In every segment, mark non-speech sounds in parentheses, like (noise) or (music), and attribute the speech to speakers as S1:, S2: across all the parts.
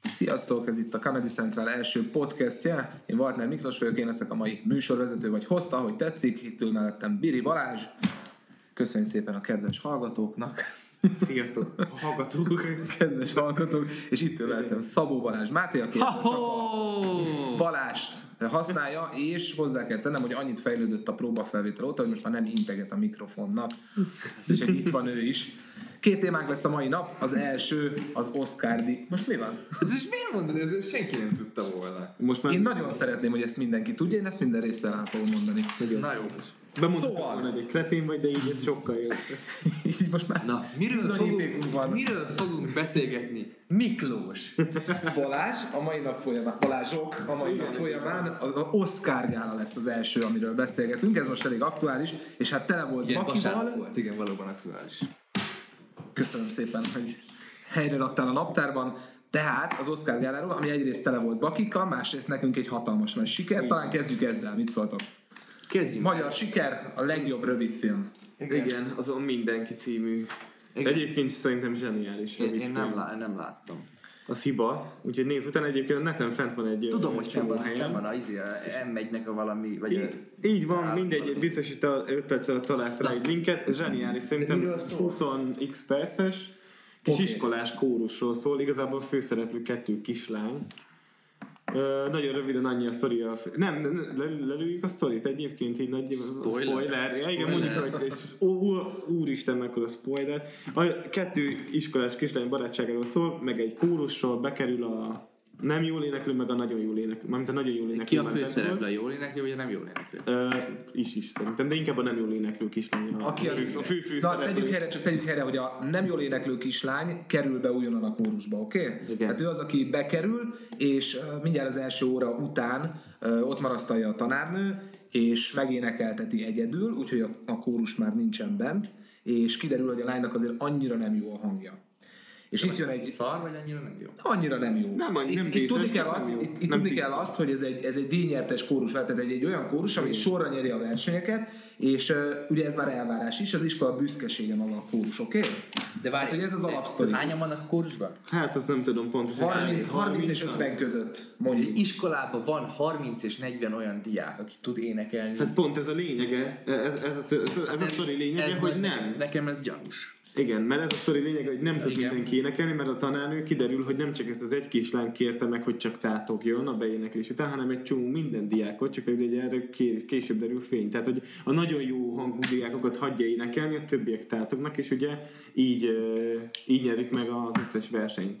S1: Sziasztok, ez itt a Comedy Central első podcastje. Én Vartner Miklós vagyok, én leszek a mai műsorvezető, vagy hozta, hogy tetszik. Itt ül mellettem Biri Balázs. Köszönjük szépen a kedves hallgatóknak. (laughs)
S2: Sziasztok, hallgatók!
S1: Kedves hallgatók. És itt ül mellettem Szabó Balázs Máté, aki a Balást használja, és hozzá kell tennem, hogy annyit fejlődött a próbafelvétel óta, hogy most már nem integet a mikrofonnak, és hogy itt van ő is. Két témánk lesz a mai nap, az első az Oscar díj. Most mi van?
S2: Ez is Hát miért mondod, ez senki nem tudta volna. Most már
S1: Én nagyon szeretném, hogy ezt mindenki tudja, én ezt minden részt el fogom mondani.
S2: Na jó.
S3: Bemondtam,
S1: Szóval.
S3: hogy egy kretén vagy, de így ez sokkal jobb.
S1: (laughs) Így most már
S2: Na, miről
S1: bizonyítékunk
S2: fogunk,
S1: van.
S2: miről fogunk beszélgetni? Miklós.
S1: Balázs a mai nap folyamán, Balázsok a mai nap folyamán, az a Oscar gála lesz az első, amiről beszélgetünk, ez most elég aktuális, és hát tele volt
S2: Igen, vasárnap
S1: Makival.
S2: volt. Igen, valóban aktuális.
S1: Köszönöm szépen, hogy helyre raktál a naptárban. Tehát az Oscar gáláról, ami egyrészt tele volt Bakikkal, másrészt nekünk egy hatalmas nagy siker. Talán kezdjük ezzel, mit szóltok?
S2: Kezdjünk.
S1: Magyar siker, a legjobb rövidfilm.
S3: Igen. Igen, azon mindenki című. Igen. Egyébként szerintem zseniális.
S2: Én,
S3: amit
S2: én nem,
S3: fog.
S2: lá- nem láttam.
S3: Az hiba, úgyhogy nézz utána egyébként a neten fent van egy
S2: Tudom,
S3: ö,
S2: hogy fenn
S3: csomó
S2: van,
S3: helyen.
S2: fenn van a izé, a M1-nek a valami, vagy a...
S3: Így, így van,
S2: Állam,
S3: mindegy,
S2: valami.
S3: biztos itt a 5 perc alatt találsz rá egy linket, ez zseniális, szerintem
S2: miről szól?
S3: 20x perces, kis
S1: Oké.
S3: iskolás kórusról szól, igazából a főszereplő kettő kislány. Ö, nagyon röviden annyi a sztori. A... Nem, nem, nem, le- lelőjük a sztorit egyébként, így nagy
S2: Spoiler.
S3: spoiler. spoiler. Ja, igen,
S2: Spoiler.
S3: mondjuk, hogy ez, ó, ú- úristen, mekkora spoiler. A kettő iskolás kislány barátságáról szól, meg egy kórusról bekerül a nem jól éneklő, meg a nagyon jól éneklő, mármint a nagyon jól éneklő.
S4: Ki a
S3: mellett volt.
S4: főszereplő, a jól éneklő, vagy a nem jól éneklő?
S3: Ö, is is szerintem, de inkább a nem jól éneklő kislány.
S1: Aki a,
S3: a fő, a fő, fő
S1: Na,
S3: szereplő.
S1: tegyük helyre, csak tegyük helyre, hogy a nem jól éneklő kislány kerül be újonnan a kórusba, oké? Okay?
S3: Igen.
S1: Tehát ő az, aki bekerül, és ö, mindjárt az első óra után ö, ott marasztalja a tanárnő, és megénekelteti egyedül, úgyhogy a, a kórus már nincsen bent, és kiderül, hogy a lánynak azért annyira nem jó a hangja. És itt jön egy
S4: Szar, vagy annyira nem jó?
S1: annyira nem jó.
S3: Nem, nem
S1: itt, itt
S3: díszes,
S1: tudni
S3: csak
S1: kell
S3: nem
S1: azt,
S3: jó.
S1: itt, itt
S3: Nem
S1: tudni
S3: tiszta.
S1: kell azt, hogy ez egy, ez egy díjnyertes kórus, tehát egy, egy olyan kórus, ami sorra nyeri a versenyeket, és uh, ugye ez már elvárás is, az iskola büszkesége maga a kórus, oké? Okay?
S4: De
S1: Hát, hogy ez az alapsztori.
S4: Hányan vannak a kurzban?
S3: Hát azt nem tudom pontosan.
S1: 30, 30 és 50 között, mondjuk.
S4: Iskolában van 30 és 40 olyan diák, aki tud énekelni.
S3: Hát pont ez a lényege, ez, ez, a, tö- ez,
S1: Hát
S3: ez a sztori lényege, hogy
S4: majd
S3: nem.
S4: Nekem, nekem ez gyanús.
S3: Igen, mert ez a sztori lényege, hogy nem tud
S4: Igen.
S3: mindenki énekelni, mert a tanárnő kiderül, hogy nem csak ez az egy kislány kérte meg, hogy csak tátogjon a beéneklés után, hanem egy csomó minden diákot, csak hogy ugye erre ké- később derül fény. Tehát, hogy a nagyon jó hangú diákokat hagyja énekelni, a többiek tátognak, és ugye így, ö, így nyerik meg az összes versenyt.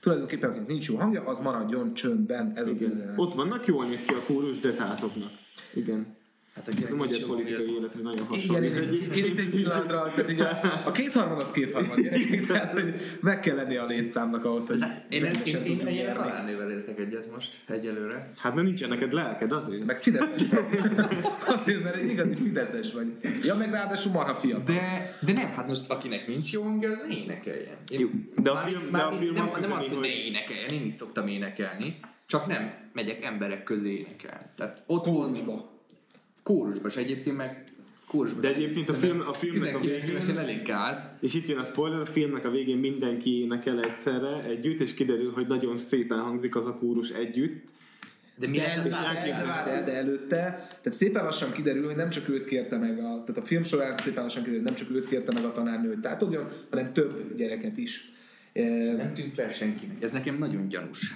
S1: Tulajdonképpen, akinek nincs jó hangja, az maradjon csöndben, ez az
S3: Igen.
S1: üzenet.
S3: Ott vannak, jól néz ki a kórus, de tátognak. Igen.
S4: Hát aki
S3: Ez a magyar politikai életre nagyon
S1: Igen,
S3: hasonlít.
S1: igen, én itt egy pillanatra, tehát így a, a kétharmad az kétharmad gyerekek, tehát hogy meg kell lenni a létszámnak ahhoz, hogy
S4: Én, én, én,
S1: rendesen
S4: én,
S1: tudjunk
S4: én, én
S1: nyerni.
S4: talán nővel értek egyet most, egyelőre.
S3: Hát mert nincsen neked lelked azért.
S1: Meg fideszes vagy. (laughs) Azért, mert egy igazi fideszes vagy. Ja, meg ráadásul marha fiatal.
S4: De, de nem, hát most akinek nincs jó hangja, az ne énekeljen. Én,
S3: Jó, de a
S4: már-
S3: film- de
S4: már
S3: a film
S4: nem,
S3: azt
S4: nem
S3: üzeni,
S4: azt, hogy ne
S3: hogy-
S4: énekeljen, én is szoktam énekelni, csak nem megyek emberek közé énekelni. Tehát ott
S1: Kórusba.
S4: Kórusba, és egyébként meg kórusba.
S3: De egyébként a film- a filmnek a
S4: 19
S3: végén-
S4: évesen elég gáz.
S3: És itt jön a spoiler, a filmnek a végén mindenki énekel egyszerre együtt, és kiderül, hogy nagyon szépen hangzik az a kórus együtt.
S4: De mi
S1: De,
S4: lehet
S1: el,
S4: a
S1: de,
S4: pár-
S1: el- de, de előtte, tehát szépen lassan kiderül, hogy nem csak őt kérte meg, a, tehát a film során szépen lassan kiderül, hogy nem csak őt kérte meg a tanárnő, hogy tátogjon, hanem több gyereket is. E,
S4: Nem tűnt fel senkinek. Ez nekem nagyon gyanús.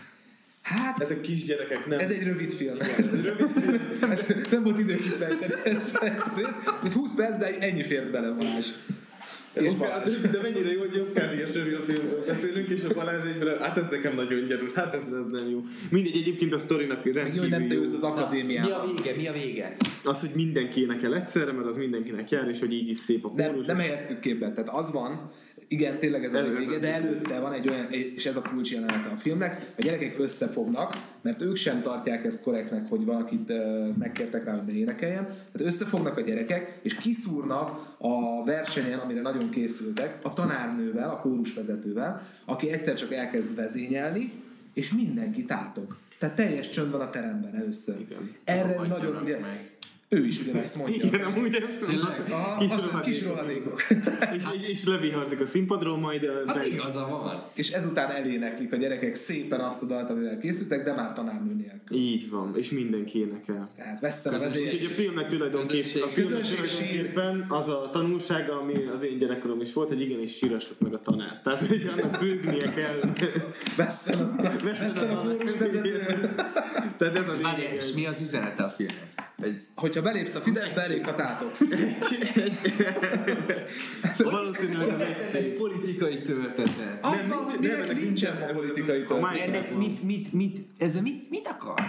S1: Hát,
S3: Ezek kisgyerekek nem.
S1: ez egy rövid film. Ez egy rövid film. (laughs) Ez, nem volt idő kifejteni ezt, ezt a részt. Ez 20 percben ennyi fért bele, Balázs. És Balázs.
S3: de mennyire jó, hogy Oscar díjas a filmről beszélünk, és a Balázs egyben, hát ez nekem nagyon gyanús, hát ez, ez nem jó. Mindegy, egyébként a sztorinak
S1: Jó, hogy
S3: rendkívül
S1: nem te
S3: jó.
S1: ülsz az akadémián.
S4: Mi a vége? Mi a vége?
S3: Az, hogy mindenki énekel egyszerre, mert az mindenkinek jár, és hogy így is szép a
S1: Nem,
S3: kórus.
S1: nem helyeztük képbe, tehát az van, igen, tényleg ez a
S3: Ez- ez-
S1: vége, de előtte van egy olyan, és ez a kulcs jelenete a filmnek, a gyerekek összefognak, mert ők sem tartják ezt korrektnek, hogy valakit ö, megkértek rá, hogy ne énekeljen, tehát összefognak a gyerekek, és kiszúrnak a versenyen, amire nagyon készültek, a tanárnővel, a kórusvezetővel, aki egyszer csak elkezd vezényelni, és mindenki tátog. Tehát teljes csönd van a teremben először.
S3: Igen.
S1: Erre
S4: Rohadjanak
S1: nagyon, ugye,
S4: meg.
S1: Ő is ugyanezt mondja.
S3: (laughs) Igen, amúgy ezt
S4: Tényleg?
S3: mondta.
S1: Aha,
S3: Kis
S1: az- kis
S3: rohadék.
S1: rohadékok. (laughs)
S3: És, és leviharzik a színpadról, majd a
S4: Hát
S3: ben-
S4: igaza van.
S1: És ezután eléneklik a gyerekek szépen azt a dalt, amivel készültek, de már tanárnő nélkül.
S3: Így van, és mindenki énekel.
S1: Tehát veszem az
S4: Közönség.
S1: ezért.
S3: Úgyhogy a filmnek tulajdonképpen, a filmnek
S1: Közönség sír.
S3: tulajdonképpen az a tanulsága, ami az én gyerekkorom is volt, hogy igenis sírassuk meg a tanárt. Tehát, hogy annak bőgnie kell.
S1: Veszem a, (laughs) veszem a fórus vezető.
S3: Tehát ez a
S4: Várjál,
S3: lényeg.
S4: és mi az üzenete a filmnek? Egy
S1: Hogyha belépsz a Fidesz, belép a tátoksz.
S3: Valószínűleg az egy
S2: Egy politikai töltete.
S1: Az van, hogy
S3: nincs-
S1: minek
S3: nem,
S1: nincsen
S3: nincsen.
S1: ma politikai
S3: A
S1: tört.
S3: mai-
S4: ennek mit, mit, mit, ezzel mit, mit akar?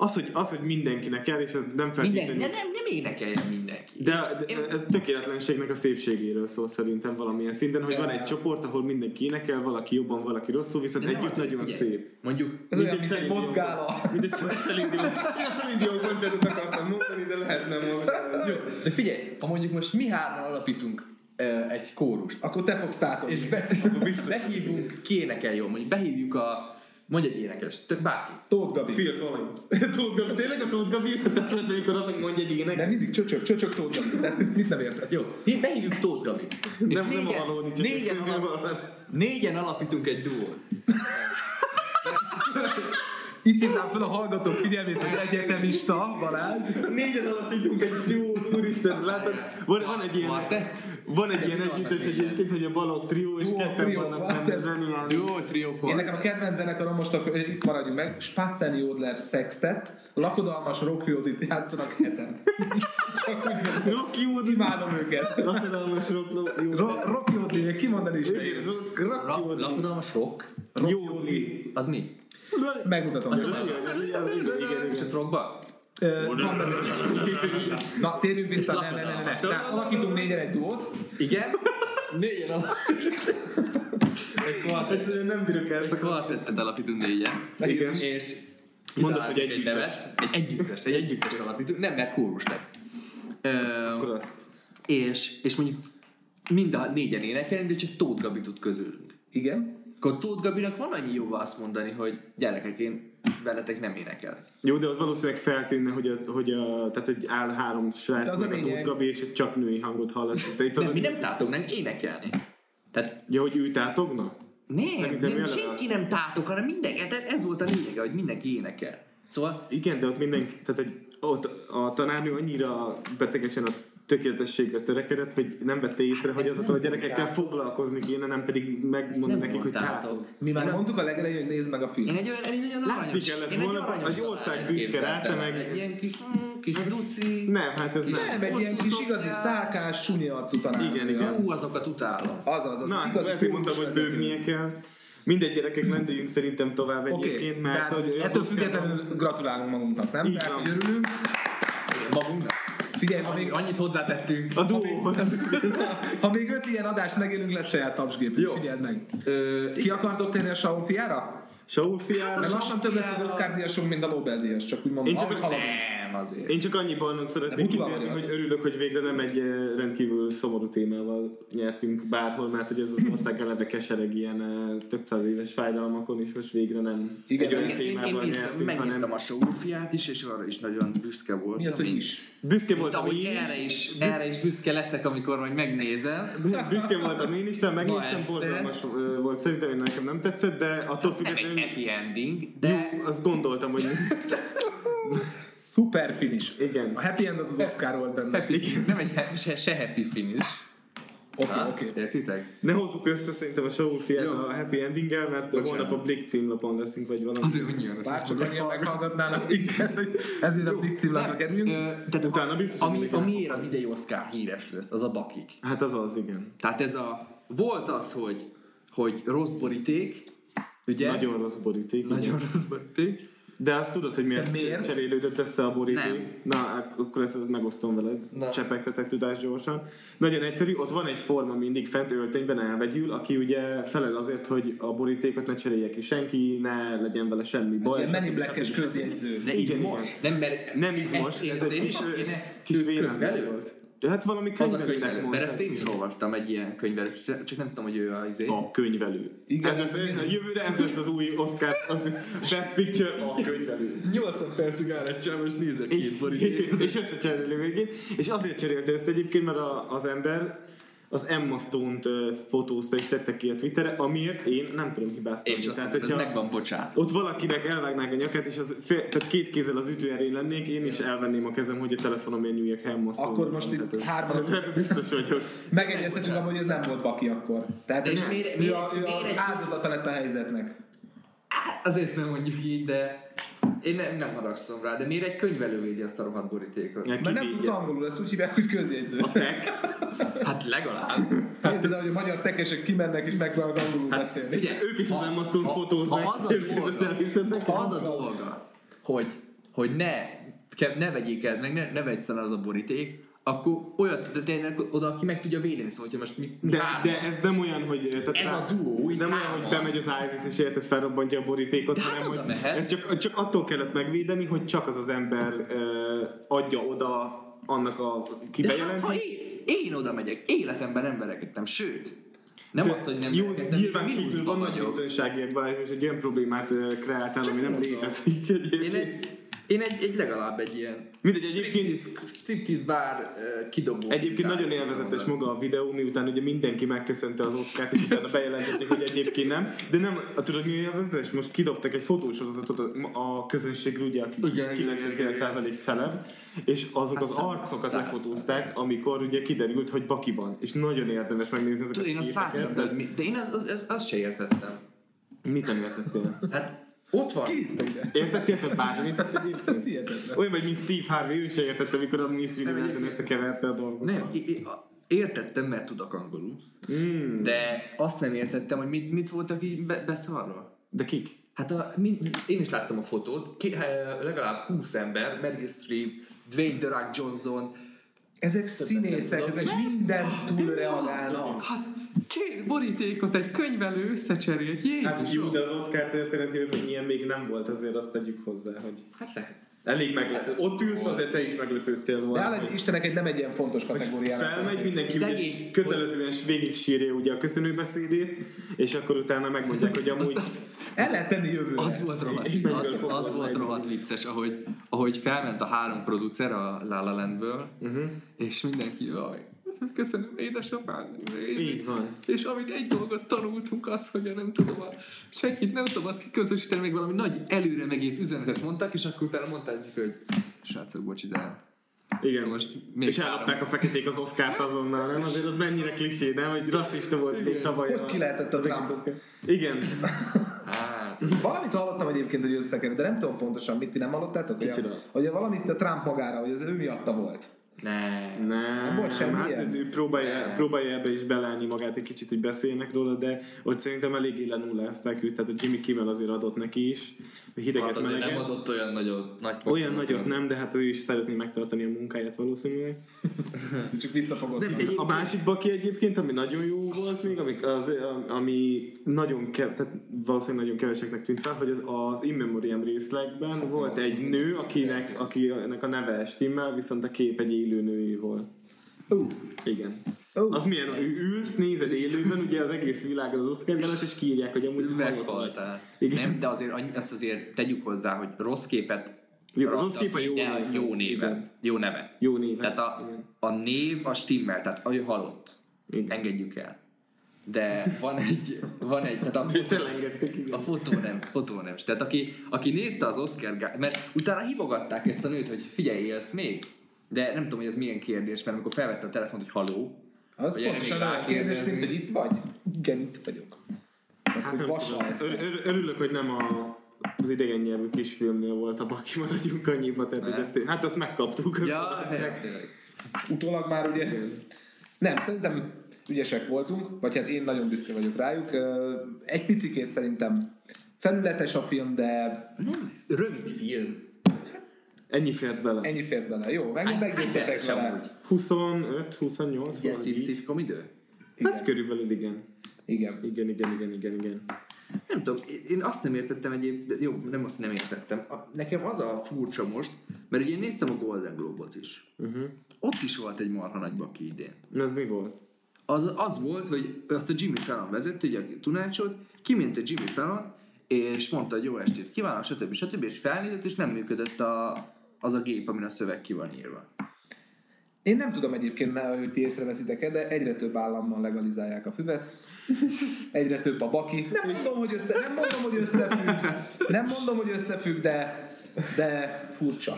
S3: Az, hogy, az, hogy mindenkinek jár, és ez nem
S4: Minden,
S3: feltétlenül...
S4: de nem, nem énekeljen mindenki.
S3: De, de ez tökéletlenségnek a szépségéről szól szerintem valamilyen szinten, hogy van egy
S1: hát-
S3: csoport, ahol mindenki énekel, valaki jobban, valaki rosszul, viszont
S4: nem
S3: együtt
S4: az,
S3: nagyon
S4: figyelj.
S3: szép.
S4: Mondjuk
S1: Ez olyan, mint egy
S3: Celine Dion.
S1: mozgála.
S3: Mint egy Celine Dion. Én a Celine Dion koncertet akartam mondani, de lehetne
S1: (laughs)
S3: mondani. Jó.
S4: De figyelj, ha mondjuk most mi hárman alapítunk ö, egy kórust,
S1: Akkor te fogsz tátolni.
S4: és (laughs) be, behívunk, ki énekel jól, mondjuk behívjuk a, mondj egy énekes, tök bárki.
S1: Tóth Gabi.
S3: Phil Collins. Tóth Gabi, tényleg a Tóth Gabi jutott eszembe, amikor azok mondja egy ének.
S1: Nem mindig csöcsök, csöcsök Tóth Gabi. Tehát Mit nem értesz?
S4: Jó, hi- behívjuk Tóth Gabi.
S3: Nem, nem a valódi csak.
S4: négyen,
S3: nem (laughs)
S4: alap,
S3: valami.
S4: négyen alapítunk egy duót.
S1: (laughs) Itt hívnám fel a hallgatók figyelmét, hogy egyetemista, Balázs.
S3: Négyen alapítunk egy diót, úristen, látod? Van, van egy ilyen,
S4: Kvartett?
S3: van egy ilyen
S4: mi vannak
S3: együttes
S4: négyen?
S3: egyébként, hogy a balok trió, és
S1: Duó,
S3: ketten
S1: trió,
S3: vannak
S1: kvartett.
S3: benne zseniális.
S4: Duó, trió,
S1: Én
S4: kor.
S1: nekem a kedvenc zenekarom most akkor ö, itt maradjunk meg, Spatzen Jodler Sextet, lakodalmas rockjódit játszanak heten. (laughs) Csak úgy mondom.
S3: Rocky Wood,
S1: Imádom őket.
S3: Lakodalmas Rocky Wood.
S1: Ro- rockjódi, még kimondani is nehéz.
S3: Rocky
S4: Ra-
S3: Wood.
S4: Lakodalmas rock?
S3: Jódi.
S4: Az mi?
S1: Megmutatom.
S4: Az a
S1: neked.
S4: És ez rockba?
S1: Ö, van benne. Na, térjünk vissza. Ne, ne, ne, ne, ne. Tehát alakítunk négyen egy duót.
S4: Igen? Négyen (laughs) alapítunk. Egy kvartett.
S3: Egyszerűen nem bírok
S4: Egy
S3: elszakadni.
S4: kvartettet alapítunk négyen.
S1: Igen.
S4: És
S3: Mondd azt, hogy
S4: kitalálunk egy
S3: együttes.
S4: nevet. Egy együttes, egy együttes alapítunk. Nem, mert kórus lesz. Ö,
S3: Akkor azt.
S4: és, és mondjuk mind a négyen énekelünk, de csak Tóth Gabi tud közülünk.
S1: Igen.
S4: Akkor Tóth Gabinak van annyi joga azt mondani, hogy gyerekek, én veletek nem énekelek.
S3: Jó, de az valószínűleg feltűnne, hogy, a, hogy, a, tehát, hogy áll három srác,
S1: De az a
S3: meg a Tóth
S1: lényeg.
S3: Gabi, és csak női hangot hallasz. De itt az,
S4: Nem, mi
S3: a-
S4: nem tátognánk énekelni. Tehát
S3: ja, hogy ő tátogna?
S4: nem,
S3: Szerintem
S4: nem
S3: jelen
S4: senki nem tátok, hanem mindenki. Tehát ez volt a lényege, hogy mindenki énekel. Szóval
S3: Igen, de ott mindenki, tehát hogy ott a tanárnő annyira betegesen a tökéletességre törekedett, hogy nem vette észre, hogy
S4: ez
S3: azokkal a
S4: nem
S3: gyerekekkel foglalkozni kéne, nem pedig
S4: ezt nem
S3: megmondani nekik, hogy tátok.
S4: mondtátok.
S1: Mi már
S4: Én azt-
S1: mondtuk a legelején, hogy nézd meg a
S4: Én
S1: filmet.
S4: egy olyan, én egy olyan
S3: Látni
S4: aranyos,
S3: kellett
S4: én egy
S3: volna,
S4: aranyos
S3: az ország
S4: talányt
S3: büszke
S4: képzeltem
S3: rá, te
S4: el.
S3: meg-
S4: Egy ilyen kis, mm, kis duci.
S3: Nem, hát ez nem.
S1: Nem, egy ilyen kis igazi szákás, sunyi arcú tanár.
S3: Igen, igen.
S4: Ú, azokat utálom.
S1: Azaz, az
S3: Na, hát
S1: igazi
S3: ezért mondtam,
S1: kórus
S3: hogy
S1: vezető.
S3: bőgnie kell. Mindegy gyerekek, lendüljünk szerintem tovább
S1: Oké,
S3: egyébként, mert
S1: tehát
S3: hogy az
S1: ettől
S3: Oscar-
S1: függetlenül gratulálunk magunknak, nem?
S3: Így
S1: Tehát,
S3: van.
S1: hogy örülünk.
S4: Igen, Magunknak.
S1: Figyelj, ha még,
S4: Annyit hozzátettünk.
S3: a duóhoz.
S1: ha még öt ilyen adást megélünk, lesz saját tapsgép. Figyeld meg.
S4: Ö,
S1: Ki akartok térni a Saul fiára?
S3: Saul fiára.
S1: Mert lassan több lesz az Oscar díjasunk, mint a Nobel díjas, csak úgy mondom.
S3: Én csak
S1: ahogy
S3: a-
S1: haladunk.
S4: nem azért.
S3: Én csak annyiban szeretnék
S1: buta
S3: kitérni,
S1: vagy.
S3: hogy örülök, hogy végre nem egy eh, rendkívül szomorú témával nyertünk bárhol, mert hogy ez az ország eleve kesereg ilyen eh, több száz éves fájdalmakon, és most végre nem
S1: Igen,
S3: egy olyan
S4: Én, én, én
S3: témával
S4: néztem,
S3: nyertünk,
S4: megnéztem
S3: hanem...
S4: a showfiát is, és arra is nagyon büszke voltam.
S1: Mi az, hogy
S4: mint-
S1: is?
S3: Büszke
S4: Mint
S3: voltam
S4: ahogy
S3: én
S4: erre
S3: is,
S4: is, erre is büszke leszek, amikor majd megnézem.
S3: büszke voltam én is, de
S4: Ma
S3: megnéztem,
S4: este.
S3: borzalmas eh, volt szerintem, én nekem nem tetszett, de attól
S4: Nem egy
S3: függetlenül
S4: happy ending, de
S3: azt gondoltam, hogy
S1: Super finish.
S3: Igen.
S1: A happy end az az Oscar volt benne.
S4: happy, nem egy ha- se, se happy finish.
S1: Oké,
S4: Á,
S1: oké.
S4: Értitek?
S3: ne hozzuk össze szerintem a Saul fiát
S4: Jó.
S3: a happy endinggel, mert
S4: Bocsánat.
S3: holnap a Blick címlapon leszünk, vagy valami.
S4: Azért annyian ezt
S1: Bár
S4: nem
S1: csak
S4: fogom.
S1: annyian meghallgatnának minket, hogy ezért a Blik címlapra
S4: Ö,
S1: kerüljünk.
S4: Tehát
S3: Hát, Utána biztos, hogy
S4: ami,
S3: mindenki-
S4: amiért az idei Oscar híres lesz, az a bakik.
S3: Hát az az, igen.
S4: Tehát ez a, volt az, hogy, hogy rossz boríték, ugye?
S3: Nagyon rossz boríték. igen.
S4: Nagyon rossz boríték.
S3: De azt tudod, hogy miért,
S1: De miért?
S3: cserélődött össze a boríték?
S4: Nem.
S3: Na, ak- akkor ezt megosztom veled. Na. Csepegtetek tudást gyorsan. Nagyon egyszerű, ott van egy forma mindig fent öltönyben elvegyül, aki ugye felel azért, hogy a borítékot ne cserélje ki senki, ne legyen vele semmi baj.
S1: Ilyen Men in
S3: stb.
S1: Black-es
S3: stb. stb.
S1: közjegyző.
S4: De
S3: Igen,
S4: izmos. Nem, mert
S3: Nem izmos,
S4: Ezt, én,
S3: ez
S4: ezt
S3: egy
S4: én
S3: kis,
S4: is,
S3: ö,
S4: én
S3: kis
S4: ők
S3: vélemény
S4: könyvelő.
S3: volt. De hát valami
S4: Az a
S3: könyvelőnek
S4: könyvelő. Mert
S3: mondta.
S4: ezt én is olvastam egy ilyen könyvelőt, csak csak nem tudom, hogy ő a izé.
S3: A könyvelő.
S1: Igen.
S3: Ez lesz, a jövőre ez lesz az új Oscar, az Best Picture a könyvelő.
S1: 80 percig áll
S4: Egy csáv, és nézek
S3: Így, (laughs) és összecserélő végén. És azért cserélte össze egyébként, mert a, az ember az Emma Stone-t ö, fotózta és tette ki a Twitterre, amiért én nem tudom hibáztatni.
S4: Én is azt mondtam, ez meg van bocsát.
S3: ott valakinek elvágnák a nyakát, és az fél, tehát két kézzel az ütőerén lennék, én is elvenném a kezem, hogy a telefonomért nyúljak Emma Stone-t.
S1: Akkor most itt
S3: Tehát ez-
S1: hárman-
S3: (laughs) ez ebben biztos vagyok.
S1: Megegyezhetünk abban, hogy ez nem volt Baki akkor. Tehát
S4: De
S1: ő,
S4: és miért- miért-
S1: ő, a, ő
S4: miért
S1: az
S4: egy-
S1: áldozata lett a helyzetnek.
S4: Azért ezt nem mondjuk így, de én nem, nem haragszom rá, de miért egy könyvelő védi azt a rohadt borítékot?
S3: Ja,
S1: Mert nem
S3: kivédje.
S1: tudsz angolul, ezt úgy hívják, hogy
S4: (laughs)
S1: közjegyző.
S3: A tek,
S4: Hát legalább.
S1: Nézd el, hogy a magyar tekesek kimennek és megpróbálnak angolul
S4: Hát-
S1: beszélni.
S4: Ugye,
S3: Ők is az
S4: ha-
S3: Emma Stone
S4: ha-
S3: fotóznak,
S4: Ha az a
S3: ők ezzel
S4: dolga,
S3: hisznek
S4: ha az a
S1: magukkal.
S4: dolga hogy, hogy ne, ke- ne vegyék el, meg ne, ne vegyszen el az a boríték, akkor olyat tettének oda, aki meg tudja védeni, szóval, hogyha most mi, mi
S3: de,
S4: hárman-
S3: de ez nem olyan, hogy... eh, Tehát
S4: Ez a duó, itt
S3: Nem olyan,
S4: hárman.
S3: hogy bemegy az ISIS és érted felrobbantja a borítékot,
S4: De hát
S3: hanem
S4: oda
S3: hogy
S4: mehet.
S3: ez csak, csak attól kellett megvédeni, hogy csak az az ember ö, adja oda annak a
S4: de hát, ha
S3: kibejelentést.
S4: én, én oda megyek, életemben nem verekedtem, sőt, nem
S3: De
S4: az, hogy nem
S3: Jó,
S4: verekedtem,
S3: nyilván
S4: én
S3: kívül
S4: mínuszban
S3: vannak
S4: vagyok.
S3: biztonságiak, Balázs, és egy olyan problémát ö, kreáltál, ami nem
S4: mondom.
S3: létezik
S4: Én
S3: egyébként.
S4: egy, én egy, egy legalább egy ilyen
S3: Mindegy, egyébként
S4: striptease- striptease bár uh, kidobó.
S3: Egyébként
S4: mintát
S3: nagyon
S4: tudom
S3: élvezetes
S4: mondani.
S3: maga a videó, miután ugye mindenki megköszönte az oszkát, és utána bejelentették, hogy egyébként nem. De nem, a- tudod mi élvezetes? Most kidobtak egy fotósorozatot a- a közönség, ugye, aki
S4: Igen, igen,
S3: 99% celeb, és azok
S4: Hát
S3: az
S4: száz-
S3: arcokat
S4: száz
S3: lefotózták, amikor ugye kiderült, hogy Bakiban. És nagyon érdemes megnézni ezeket
S4: Tudod, én
S3: a
S4: azt
S3: képeket,
S4: láttam,
S3: de-
S4: de, mi- de én azt az, az, az se értettem.
S3: Mit nem értettél?
S4: Hát ott van.
S3: Értettél te bármit is
S1: Ez
S3: egyébként?
S1: hihetetlen.
S3: Olyan vagy, mint Steve Harvey, ő se értette, amikor a Miss Universe-en
S4: egyébként-
S3: összekeverte a dolgot.
S4: Nem, é- é- a- értettem, mert tudok angolul.
S3: Mm,
S4: De azt nem értettem, hogy mit, mit voltak így be, beszarva.
S3: de kik?
S4: Hát a, mind, én is láttam a fotót, ki, eh, legalább 20 ember, Meryl Streep, Dwayne The Rock Johnson,
S1: Ezek színészek,
S4: tudom.
S1: ezek mindent túlreagálnak.
S4: hát két borítékot egy könyvelő összecserélt, Jézusom!
S3: Hát jó, de az Oscar történetében ilyen még nem volt, azért azt tegyük hozzá, hogy
S4: hát lehet.
S3: elég meglepő. Ott ülsz, azért te is meglepődtél
S1: Hát, De
S3: volna.
S1: áll,
S3: hogy-
S1: hogy Istenek egy nem egy ilyen fontos
S3: hogy
S1: kategóriának.
S3: Felmegy mindenki, ugye,
S4: Szegény.
S3: és kötelezően végig sírja ugye a köszönő beszédét, és akkor utána megmondják, hogy amúgy...
S1: El lehet tenni jövőre.
S4: Az volt rohadt,
S3: Így megöl
S4: az, az
S3: fogod
S4: volt
S3: majd.
S4: rohadt vicces, ahogy, ahogy felment a három producer a La La Landből,
S3: Mhm.
S4: uh-huh. és mindenki, jaj, köszönöm édesapám.
S3: Így van.
S1: (laughs)
S4: És amit egy dolgot tanultunk, az, hogy a nem tudom, a senkit nem szabad kiközösíteni, még valami nagy előre megírt üzenetet mondtak, és akkor utána mondták, nekik, hogy srácok, bocsi, de
S3: Igen,
S4: Most
S3: most
S4: még
S3: és ellopták a feketék az Oscárt azonnal, nem? Azért az mennyire klisé, nem? Hogy rasszista volt még tavaly.
S1: Hogy ki lehetett a
S3: az egész
S1: Trump?
S3: Oscar. Igen.
S4: hát,
S1: Valamit hallottam egyébként, hogy összekever, de nem tudom pontosan, mit ti nem hallottátok, hogy, a,
S3: Micsoda?
S1: hogy a valamit a Trump magára, hogy az ő miatta volt.
S4: ne.
S3: Nem,
S1: Volt semmilyen?
S3: hát ő próbálja,
S4: Nem.
S3: próbálja ebbe is belelni magát egy kicsit, hogy beszéljenek róla, de ott szerintem eléggé lenullázták őt, tehát a Jimmy Kimmel azért adott neki is, a hideget
S4: Hát
S3: hát
S4: azért nem
S3: meleget.
S4: adott olyan nagyot, nagy
S3: Olyan nagyot nem, de hát ő is szeretné megtartani a munkáját valószínűleg.
S1: Csak visszafogott. Nem,
S3: A másik baki egyébként, ami nagyon jó volt még, ami, az, ami nagyon kev, tehát valószínűleg nagyon keveseknek tűnt fel, hogy az, az In Memoriam részlegben volt
S4: az
S3: egy
S4: az
S3: nő, akinek, akinek a neve stimmel, viszont a kép egy élő női volt.
S1: uh,
S3: Igen.
S1: Ó,
S3: az milyen, ez... ülsz, nézed élőben, ugye az egész világ az Oscar jelent, és kiírják, hogy amúgy hallott.
S4: Meghaltál.
S3: Igen.
S4: Nem, de azért annyi- azt azért tegyük hozzá, hogy rossz képet
S3: Jó,
S4: raktak
S3: rossz kép a
S4: ki,
S3: jó
S4: de
S3: névhez.
S4: jó névet.
S3: Igen.
S4: Jó nevet.
S3: Jó néven.
S4: Tehát a,
S3: Igen.
S4: a név a stimmel, tehát ő halott.
S3: Igen.
S4: Engedjük el. De van egy, van egy, tehát a
S3: Te elengedtek, igen.
S4: a fotó nem, fotó nem. Tehát aki, aki nézte az Oscar, gá- mert utána hívogatták ezt a nőt, hogy figyelj, élsz még? De nem tudom, hogy ez milyen kérdés, mert amikor felvette a telefont, hogy haló,
S1: az
S4: Hogy
S1: pontosan
S4: erre még
S1: olyan kérdés, mint
S4: rákérdezni.
S1: hogy itt vagy? Igen, itt vagyok. Hát,
S3: Hát
S1: hogy
S3: nem
S1: vasal
S3: tudom.
S1: leszel.
S3: Ör- ör- örülök, hogy nem a az idegen nyelvű kisfilmnél volt a baki, maradjunk annyiba, tehát hogy
S4: Ne.
S3: ezt, hát azt megkaptuk.
S4: Ja,
S3: Azt-
S4: hát
S1: Utólag már ugye... Nem, szerintem ügyesek voltunk, vagy hát én nagyon büszke vagyok rájuk. Ö, Egy picikét szerintem felületes a film, de
S4: nem, rövid film.
S3: Ennyi fért bele.
S1: ennyi fért bele. Jó, meg megnéztetek
S4: perces
S1: vele.
S4: amúgy?
S3: 25-28
S4: Ilyen
S3: yes,
S4: szép
S3: így.
S4: szitcom idő?
S3: Hát körülbelül igen.
S1: Igen.
S3: Igen, igen, igen, igen, igen.
S4: Nem tudom, én- én azt nem értettem egyéb, jó, nem azt nem értettem. A, nekem az a furcsa most, Mert ugye én néztem a Golden Globot is.
S3: Mhm.
S4: Uh-huh. Ott is volt egy marha nagy baki idén.
S3: Na, ez mi volt?
S4: Az, az volt, hogy azt a Jimmy Fallon vezette, ugye a tunácsot, kiment a Jimmy Fallon, és mondta, hogy jó estét kívánok, stb. stb. és felnézett, és nem működött a, az a gép, amin a szöveg ki van írva.
S1: Én nem tudom egyébként, ne, hogy ti észreveszitek-e, de egyre több államban legalizálják a füvet. Egyre több a baki. Nem mondom, hogy, össze, nem mondom, hogy összefügg. Nem mondom, hogy összefügg, de, de furcsa.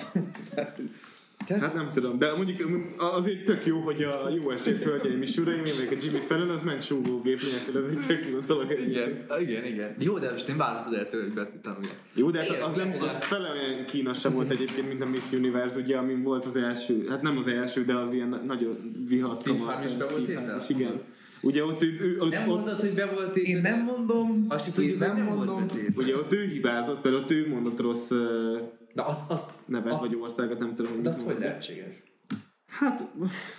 S3: Hát nem tudom, de mondjuk azért tök jó, hogy a jó estét hölgyeim és uraim, én vagyok a Jimmy Fallon, az ment súgógép nélkül, ez egy tök jó dolog.
S4: Igen, igen, igen. Jó, de most én vállalhatod el tőle, hogy betanulják.
S3: Jó, de hát az, nem, az fele olyan kínos sem volt egyébként, mint a Miss Universe, ugye, amin volt az első, hát nem az első, de az ilyen na- nagyon vihat.
S4: Steve Harm is be volt téve?
S3: Igen. Ugye ott ő, ő ott,
S4: Nem
S3: ott,
S4: mondod, hogy be volt
S1: Én
S4: téve?
S1: nem mondom,
S4: Azt is
S1: én
S4: tudjuk, hogy
S1: nem
S4: nem volt
S1: mondom.
S4: betéve.
S3: ugye ott ő hibázott, mert ott ő mondott rossz ö,
S4: Na azt, azt,
S3: nevet
S4: azt,
S3: vagy országot, nem tudom. mit
S4: de az hogy
S3: mondott.
S4: lehetséges?
S3: Hát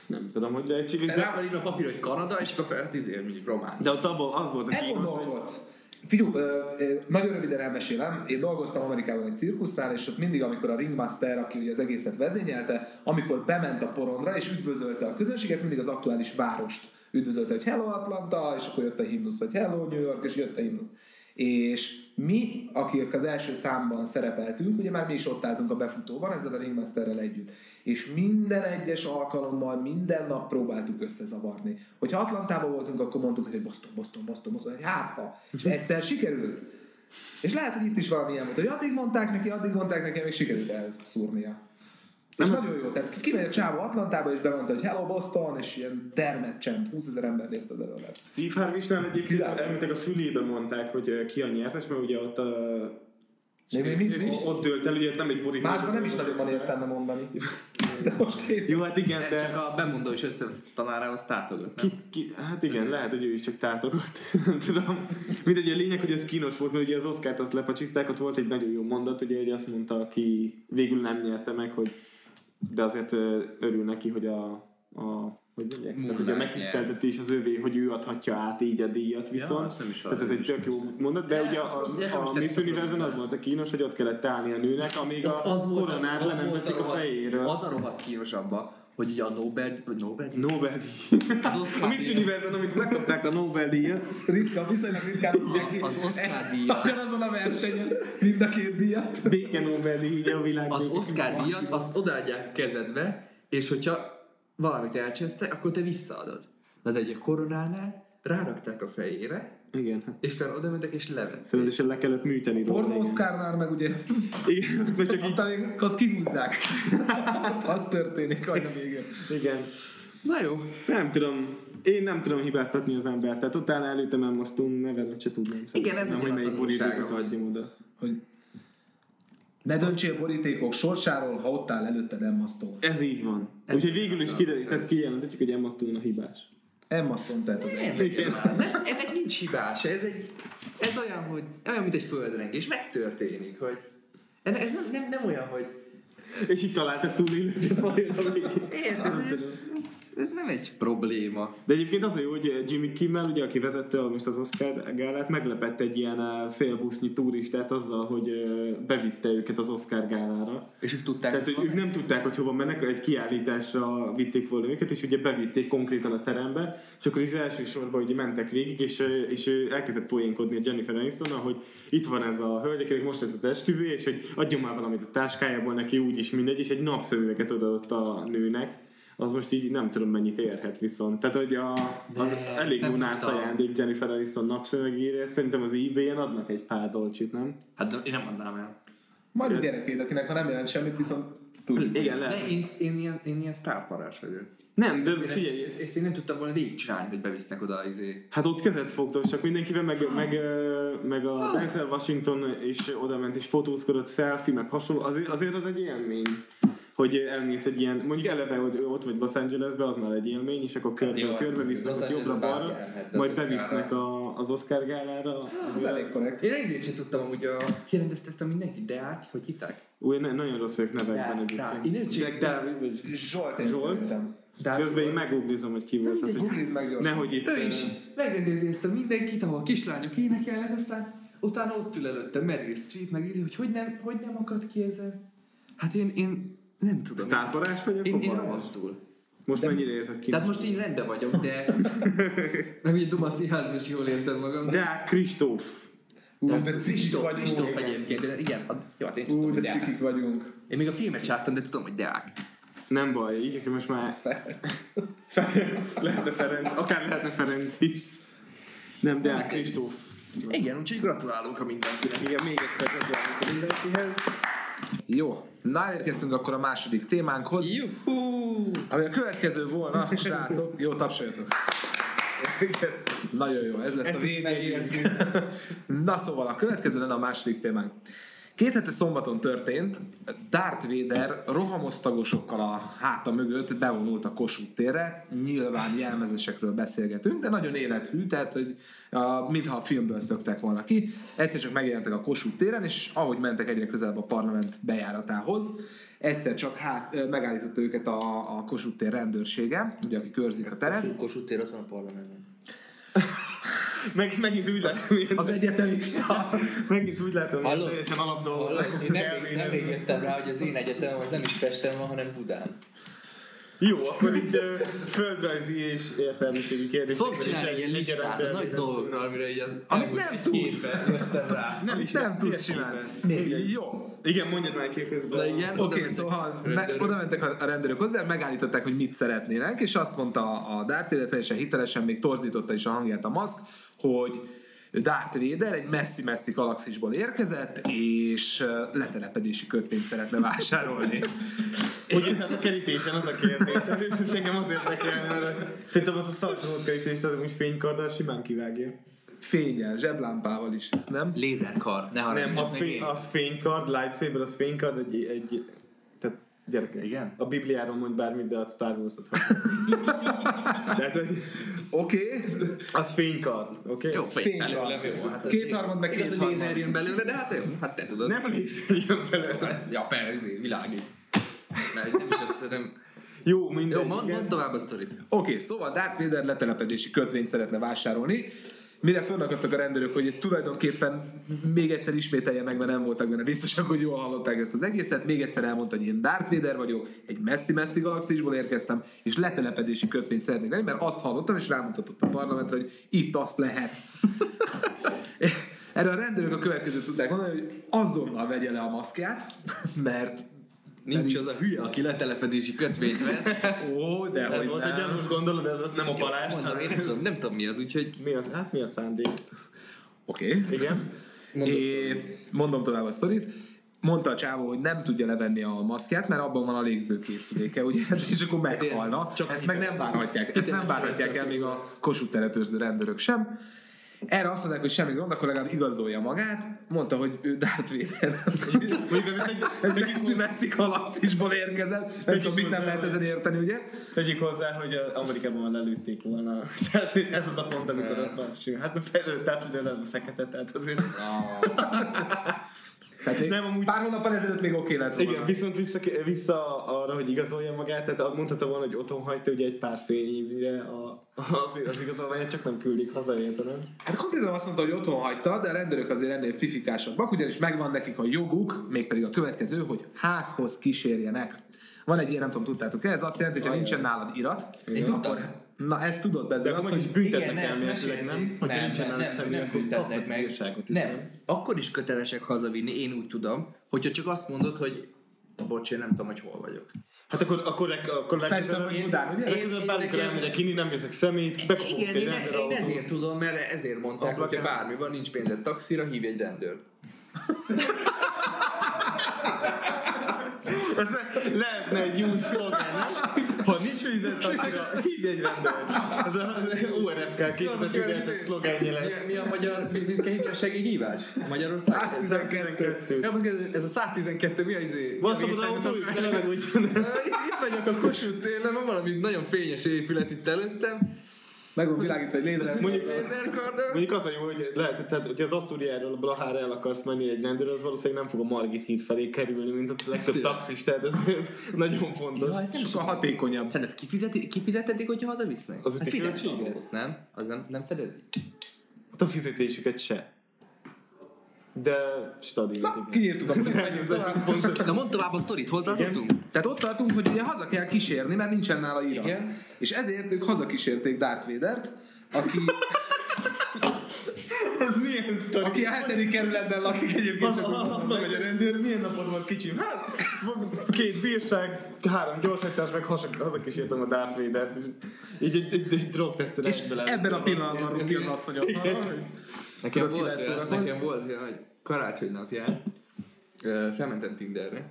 S3: nem tudom, hogy lehetséges,
S4: De
S3: de,
S4: rá van írva a papír, hogy Kanada, és akkor fel izél, mint román.
S3: de ott abban az volt a kínos, hogy
S1: Elgondolkodsz. Figyú, ö, ö, nagyon röviden elmesélem. Én dolgoztam Amerikában egy cirkusznál, és ott mindig, amikor a ringmaster, aki ugye az egészet vezényelte, amikor bement a porondra és üdvözölte a közönséget, mindig az aktuális várost üdvözölte, hogy Hello Atlanta, és akkor jött a himnusz, vagy Hello New York, és jött a himnusz. És mi, akik az első számban szerepeltünk, ugye már mi is ott álltunk a befutóban ezzel a Ringmasterrel együtt, és minden egyes alkalommal, minden nap próbáltuk összezavarni. Hogyha Atlantában voltunk, akkor mondtuk neki, hogy Boston, Boston, Boston, Boston, hogy hát ha. És egyszer sikerült. És lehet, hogy itt is valamilyen volt, hogy addig mondták neki, addig mondták neki, még sikerült elszúrnia. És
S3: Nem-
S1: nagyon jó, tehát kimegy a csávó Atlantába, és bemondta, hogy hello Boston, és ilyen dermed csend, 20 ezer ember nézte az előadást.
S3: Steve Harvey-snál egyébként
S1: Világos.
S3: elmentek a fülébe mondták, hogy ö, ki a nyertes, mert ugye ott, a,
S1: De mi, mi, mi, mi,
S3: ott dőlt el, ugye nem egy borítás.
S1: Másban nem is nagyon van értelme mondani. (laughs) De most én...
S3: Jó, hát igen,
S4: De... Csak
S3: de...
S4: a bemondó is össze tanárához tátogat, nem?
S3: Kit, ki, hát igen, lehet, hogy ő is csak tátogott. (laughs) nem tudom. Mindegy, a lényeg, hogy ez kínos volt, mert ugye az Oszkárt azt lepacsiszták, ott volt egy nagyon jó mondat, ugye, hogy azt mondta, aki végül nem nyerte meg, hogy de azért ö, örül neki, hogy a, a hogy mondják, tehát ugye a
S4: Moonlight
S3: megtiszteltetés az övé, hogy ő adhatja át így a díjat viszont.
S4: azt nem is
S3: tehát ez
S4: hallottam,
S3: egy tök jó mondat, de
S4: De,
S3: ugye
S4: de
S3: a,
S4: nem
S3: a,
S4: is
S3: a
S4: tetszett
S3: Miss
S4: a
S3: Universe az
S4: producer.
S3: volt a kínos, hogy ott kellett állni a nőnek, amíg
S4: Ott
S3: a
S4: volt a-
S3: koronát
S4: az
S3: le nem
S4: volt
S3: veszik a
S4: rohadt-
S3: fejéről.
S4: Az a rohadt kínos abba, hogy ugye a Nobel, vagy Nobel
S3: Nobel-díj.
S4: Az Oscar
S3: A Miss
S4: díjat.
S3: Universe-en, amikor megkapták a Nobel-díjat,
S1: Ritka, viszonylag ritkán tudják ki.
S4: Az Oscar díjat.
S1: Ugyanazon a versenyen mind a két díjat.
S3: béke Nobel-díj, így a világ.
S4: Az
S3: béke.
S4: Oscar díjat azt odaadják kezedbe, és hogyha valamit elcsesztek, akkor te visszaadod. Na de egy koronánál rárakták a fejére,
S3: Igen. hát
S4: és utána oda mentek és levet.
S3: Szerintem le kellett műteni róla.
S1: Pornó
S3: igen.
S1: Oscarnál meg ugye,
S3: Igen, vagy csak így.
S1: ott, még- ott kihúzzák. Ott az történik, hogy a végén.
S3: Igen.
S4: Na jó.
S3: Nem tudom. Én nem tudom hibáztatni az embert. Tehát ott áll előttem Emma Stone, nevemet se tudnám.
S4: Igen, ez
S3: nem,
S4: ugye
S3: hogy
S4: a
S3: melyik
S4: tanulsága,
S3: borítékot
S4: hogy-
S3: adjam oda.
S1: Hogy ne döntsél borítékok sorsáról, ha ott áll előtted Emma Stone.
S3: Ez így van.
S4: Ez
S3: Úgyhogy
S4: így
S3: végül is
S4: van.
S3: kiderült, tehát kijelentetjük, hogy Emma Stone a hibás.
S1: Emma Stone tehát az
S4: Nem,
S3: Igen.
S4: nem, ennek nincs hibása, ez egy, ez olyan, hogy, olyan, mint egy földrengés, megtörténik, hogy ez, ez nem, nem, nem olyan, hogy
S3: És itt találtak túlélőket vajon a végén.
S4: érted, hogy ez, ez, ez, nem egy probléma.
S3: De egyébként az a jó, hogy Jimmy Kimmel, ugye, aki vezette a- most az Oscar gálát, meglepett egy ilyen eh, félbusznyi turistát azzal, hogy eh, bevitte őket az Oscar gálára.
S4: És ők tudták,
S3: Tehát, hogy ők nem tudták, hogy hova mennek, egy kiállításra vitték volna őket, és ugye bevitték konkrétan a terembe, és akkor az első sorban ugye mentek végig, és, eh, és ő elkezdett poénkodni a Jennifer Aniston, hogy itt van ez a hölgy, akinek most ez az esküvő, és hogy adjon már valamit a táskájából neki, úgyis mindegy, és egy napszövüveget odaadott a nőnek az most így nem tudom mennyit érhet viszont. Tehát, hogy a, az
S4: Ne, ezt
S3: elég
S4: nem
S3: jó nász
S4: tudtam.
S3: ajándék Jennifer Aniston napszövegéért. Szerintem az ebay-en adnak egy pár dolcsit, nem?
S4: hát de én nem adnám el.
S1: Majd a gyerekéd, akinek már nem jelent semmit, viszont tudjuk.
S3: Igen,
S4: De én, én, ilyen, én ilyen sztárparás vagyok.
S3: Nem, de
S4: Én ezt,
S3: figyelj,
S4: ezt, ezt, én nem tudtam volna végigcsinálni, hogy bevisznek oda izé.
S3: Hát ott kezet fogtok, csak mindenkivel, meg, meg, ö, meg a Denzel Washington is oda ment és fotózkodott, selfie, meg hasonló. Azért, azért az egy élmény, hogy elmész egy ilyen, mondjuk eleve, hogy ott vagy Los Angelesbe, az már egy élmény, és akkor körbe,
S4: Hát jó,
S3: körbe visznek,
S4: Los
S3: ott
S4: Angelesbe
S3: jobbra-balra,
S4: bárki elmehet, de
S3: majd
S4: az Oscarra. Hát,
S3: bevisznek a, az Oscar gálára.
S1: Ez elég korrekt.
S4: Én ezért sem tudtam amúgy a... Ki rendezte ezt a mindenki? Deák? Hogy hívták?
S3: Új, ne, nagyon rossz vagyok nevekben
S4: Deák, Deák. Én
S3: egyébként.
S4: nem
S3: Jack David, vagy...
S1: Zsolt, én
S3: Zsolt?
S1: szerintem.
S4: Deák
S3: Közben én
S4: volt.
S3: meguglizom, hogy ki volt az, hogy
S1: Googlizd meg gyorsan.
S3: nehogy itt...
S4: Ő is megrendezi ezt a mindenkit, ahol a kislányok énekelnek, aztán utána ott ül előtte Meryl Streep, meg ízi, hogy hogy nem, hogy nem akad ki ezen. Hát én, én Nem tudom.
S3: Sztárparás vagy
S4: Én,
S3: akkor
S4: én
S3: parás?
S4: rohadtul.
S3: Most mennyire érted ki?
S4: Tehát most így rendben vagyok, (laughs) de nem így duma színházban is jól érzem magam.
S3: De Kristóf.
S1: Ú,
S4: Ez
S1: de cikik
S4: Kristóf,
S1: vagyunk.
S4: Kristóf egyébként, de igen, a, jó, hát én tudom,
S1: Ú,
S4: hogy
S1: de
S4: Deák.
S1: cikik vagyunk.
S4: Én még a filmet sem láttam, de tudom, hogy Deák.
S3: Nem baj, így akkor most már... Ferenc. Lehetne Ferenc. Akár lehetne Ferenc is. Nem,
S1: Hát,
S3: de Kristóf.
S4: Igen, úgyhogy gratulálunk a mindenkinek.
S3: Igen, még egyszer gratulálok mindenkihez.
S1: Jó, na érkeztünk akkor a második témánkhoz,
S4: Juhú!
S1: ami a következő volna, srácok. Jó, tapsoljatok. Nagyon jó, ez lesz
S3: Ezt
S1: a
S3: is
S1: végén. (laughs) Na szóval, a következő lenne a második témánk. Két hete szombaton történt, Darth Vader rohamosztagosokkal a háta mögött bevonult a Kossuth térre. Nyilván jelmezésekről beszélgetünk, de nagyon élethű, tehát hogy, a, mintha a filmből szöktek volna ki. Egyszer csak megjelentek a Kossuth téren, és ahogy mentek egyre közelebb a parlament bejáratához, egyszer csak hát, ö, megállította őket a, a Kossuth tér rendőrsége, ugye, aki körzik a teret.
S5: Kossuth tér ott van a parlamentben.
S3: Meg, megint úgy látom, ilyen,
S1: Az egyetemista.
S3: megint úgy látom, hogy
S5: Halló?
S3: teljesen alapdolgok.
S5: Hallod? Én nem, nemrég jöttem rá, hogy az én egyetemem az nem is Pesten van, hanem Budán.
S3: Jó, akkor így ö, földrajzi és értelmiségi kérdések.
S5: Fogok csinálni egy ilyen listát a nagy dolgokra, amire így az
S1: Amit
S5: elmúlt
S1: nem
S5: egy
S1: tudsz.
S5: hétben jöttem rá.
S1: Nem, is nem tudsz csinálni. Jó.
S3: Igen, mondjad már ki közben.
S5: Na igen,
S1: Oké, okay,
S5: oda
S1: szóval
S5: mentek.
S1: me, oda mentek a a rendőrök hozzá, megállították, hogy mit szeretnének, és azt mondta a Darth Vader, teljesen hitelesen, még torzította is a hangját a maszk, hogy Darth Vader egy messzi-messzi galaxisból érkezett, és ö, letelepedési kötvényt szeretne vásárolni.
S3: Ugye hát a kerítésen az a kérdés. Először is engem az érdekelne, mert szerintem az a szakmód kerítést az úgy fénykarddal simán kivágja.
S1: Fényel, zseblámpával is, nem?
S5: Lézerkar, ne haragudj.
S3: Nem,
S5: ez
S3: az,
S5: meg
S3: fény,
S5: én.
S3: az fénykard, lightsaber, az fénykard, egy, egy tehát gyerekek.
S4: Igen?
S3: A Bibliáról mond bármit, de a Star Wars-ot. (laughs) Tehát, hogy
S1: Oké.
S3: az fénykard, oké? Okay?
S4: Jó, fény
S1: Fény
S4: belőlem,
S1: van.
S4: jó. Hát ez
S1: Kétharmad, meg
S4: Igaz, hogy
S1: kétharmad.
S4: lézer jön belőle, de hát jó, hát te tudod.
S3: Nem lézerjön belőle.
S4: Hát, Ja, persze, világít.
S5: Mert nem is azt nem...
S3: Jó, mindegy.
S5: Jó, mondd
S3: igen.
S5: mond tovább a sztorit.
S1: Oké, okay, szóval Darth Vader letelepedési kötvényt szeretne vásárolni, mire fönnakadtak a rendőrök, hogy tulajdonképpen még egyszer ismételje meg, mert nem voltak benne biztosak, hogy jól hallották ezt az egészet. Még egyszer elmondta, hogy én Darth Vader vagyok, egy messzi-messzi galaxisból érkeztem, és letelepedési kötvényt szeretnék venni, mert azt hallottam, és rámutatott a parlamentre, hogy itt azt lehet. Erre a rendőrök a következőt tudták mondani, hogy azonnal vegye le a maszkját, mert
S5: Nincs az a hülye, aki letelepedési kötvényt (laughs) vesz.
S1: Ó, de
S3: Ez
S1: hogy
S3: volt egy gyanús gondolod, ez volt nem a balás.
S5: Mondom, én nem tudom, nem tudom mi az, úgyhogy
S3: Mi a, hát mi a szándék?
S1: Oké. Okay.
S3: Igen.
S5: Mondd a
S1: É, mondom tovább a sztorit. Mondta a csávó, hogy nem tudja levenni a maszkját, mert abban van a légzőkészüléke, ugye? (laughs) És akkor
S3: Hát
S1: meghalna. Csak Ezt meg nem várhatják. Ezt nem várhatják el még a Kossuth teret őrző rendőrök sem. Erre azt mondták, hogy semmi gond, akkor legalább igazolja magát. Mondta, hogy ő Darth Vader.
S3: Mondjuk ez egy,
S1: (laughs) Egy messzi-messzi galaxisból érkezett. Nem tudom, mit nem lehet ezen érteni, ugye?
S3: Tegyük hozzá, hogy az Amerikában már lelőtték volna. (laughs) Tehát ez az a pont, amikor ott van simán. Hát a fejlődött átfigyelem a fekete, tehát azért...
S1: Tehát még
S3: Nem, amúgy-
S1: pár hónappal ezelőtt még oké lett volna.
S3: Igen, viszont vissza, vissza arra, hogy igazolja magát, tehát mondhatta volna, hogy otthon hagyta ugye egy pár fél évre a, az, az igazolványát, csak nem küldik haza, értelem.
S1: Hát konkrétan azt mondta, hogy otthon hagyta, de a rendőrök azért ennél fifikásabbak, ugyanis megvan nekik a joguk, mégpedig a következő, hogy házhoz kísérjenek. Van egy ilyen, nem tudom, tudtátok ez azt jelenti, hogy ha nincsen nálad irat,
S5: Én tudtam.
S1: na ezt tudod be,
S3: De
S1: ezzel
S3: akkor
S1: azt,
S3: meg
S1: hogy
S3: is büntetnek
S5: Igen, ezt
S3: elméletileg, nem?
S5: mesélték.
S3: Hogyha
S5: Nem,
S3: nincsen
S5: nem,
S3: elég
S5: nem,
S3: személy,
S5: nem
S3: akkor
S5: büntetnek
S3: kaphatsz
S5: meg.
S3: bírságot is,
S5: Nem, akkor is kötelesek hazavinni, én úgy tudom, hogyha csak azt mondod, hogy bocs, én nem tudom, hogy hol vagyok.
S3: Hát akkor, akkor, leg- akkor
S1: Persze,
S3: legközelebb...
S1: hogy után, ugye?
S3: Legközelebb
S5: Én-
S3: bármikor
S5: én-
S3: elmegyek inni, nem viszek szemét, bekapok
S5: Igen,
S3: egy
S5: én,
S3: rendőr
S5: én ezért tudom, mert ezért mondták,
S3: Ablakán.
S5: hogyha bármi van, nincs pénzed taxira, hívj egy rendőrt.
S3: Ez le- (laughs) lehetne egy jó szlogán, nem? Ha nincs vízed
S5: (laughs)
S3: taxira, hívj egy rendőrt. Ez a ORFK 2017 szlogán jelent.
S5: Mi, mi a magyar, mi, mi kell hívni a segélyhívás? Magyarország?
S3: 112.
S5: Ja, bakker, Ez a 112, mi a izé?
S3: Basszom az
S5: Ami
S3: autójuk,
S5: szerintetek-
S3: és nem úgy.
S5: Itt, itt vagyok a Kossuth téren, van valami nagyon fényes épület itt előttem.
S1: meg van világítva egy létre.
S3: Mondjuk,
S5: Ezerkardon.
S3: mondjuk az a jó, hogy lehet, tehát, hogyha az Asztúriáról Blahára el akarsz menni egy rendőr, az valószínűleg nem fog a Margit híd felé kerülni, mint a legtöbb taxis, tehát ez (laughs) nagyon fontos.
S1: Sokkal hatékonyabb.
S5: Szerintem kifizeti, kifizetedik, hogyha hazavisznek?
S3: Az
S5: hát
S3: ugye
S5: fizetsz
S3: költséget?
S5: adót, nem? Az nem, nem fedezi.
S3: Hát a fizetésüket se. de stadiont, igen.
S1: Kiírtuk a szíványot, tovább
S4: Na mondd tovább a sztorit, hol tartottunk?
S1: Tehát ott tartunk, hogy ugye haza kell kísérni, mert nincsen nála irat.
S4: Igen.
S1: És ezért ők hazakísérték Darth Vadert, aki,
S3: (laughs) Ez milyen sztori?
S1: aki a hetedik kerületben lakik egyébként. Csak ott van.
S3: hogy a rendőr, milyen napod volt kicsim? Hát, két bírság, három gyorsajtás, meg hasak, hazakísértem a Darth Vader-t, és így egy, egy, egy drogtesztre
S1: És ebben a pillanatban rúgja az asszonyot. Tudod,
S4: Nekem
S1: kivel
S4: volt, olyan,
S1: szórakozz?
S4: nekem volt olyan, hogy karácsony napján ö, felmentem Tinderre.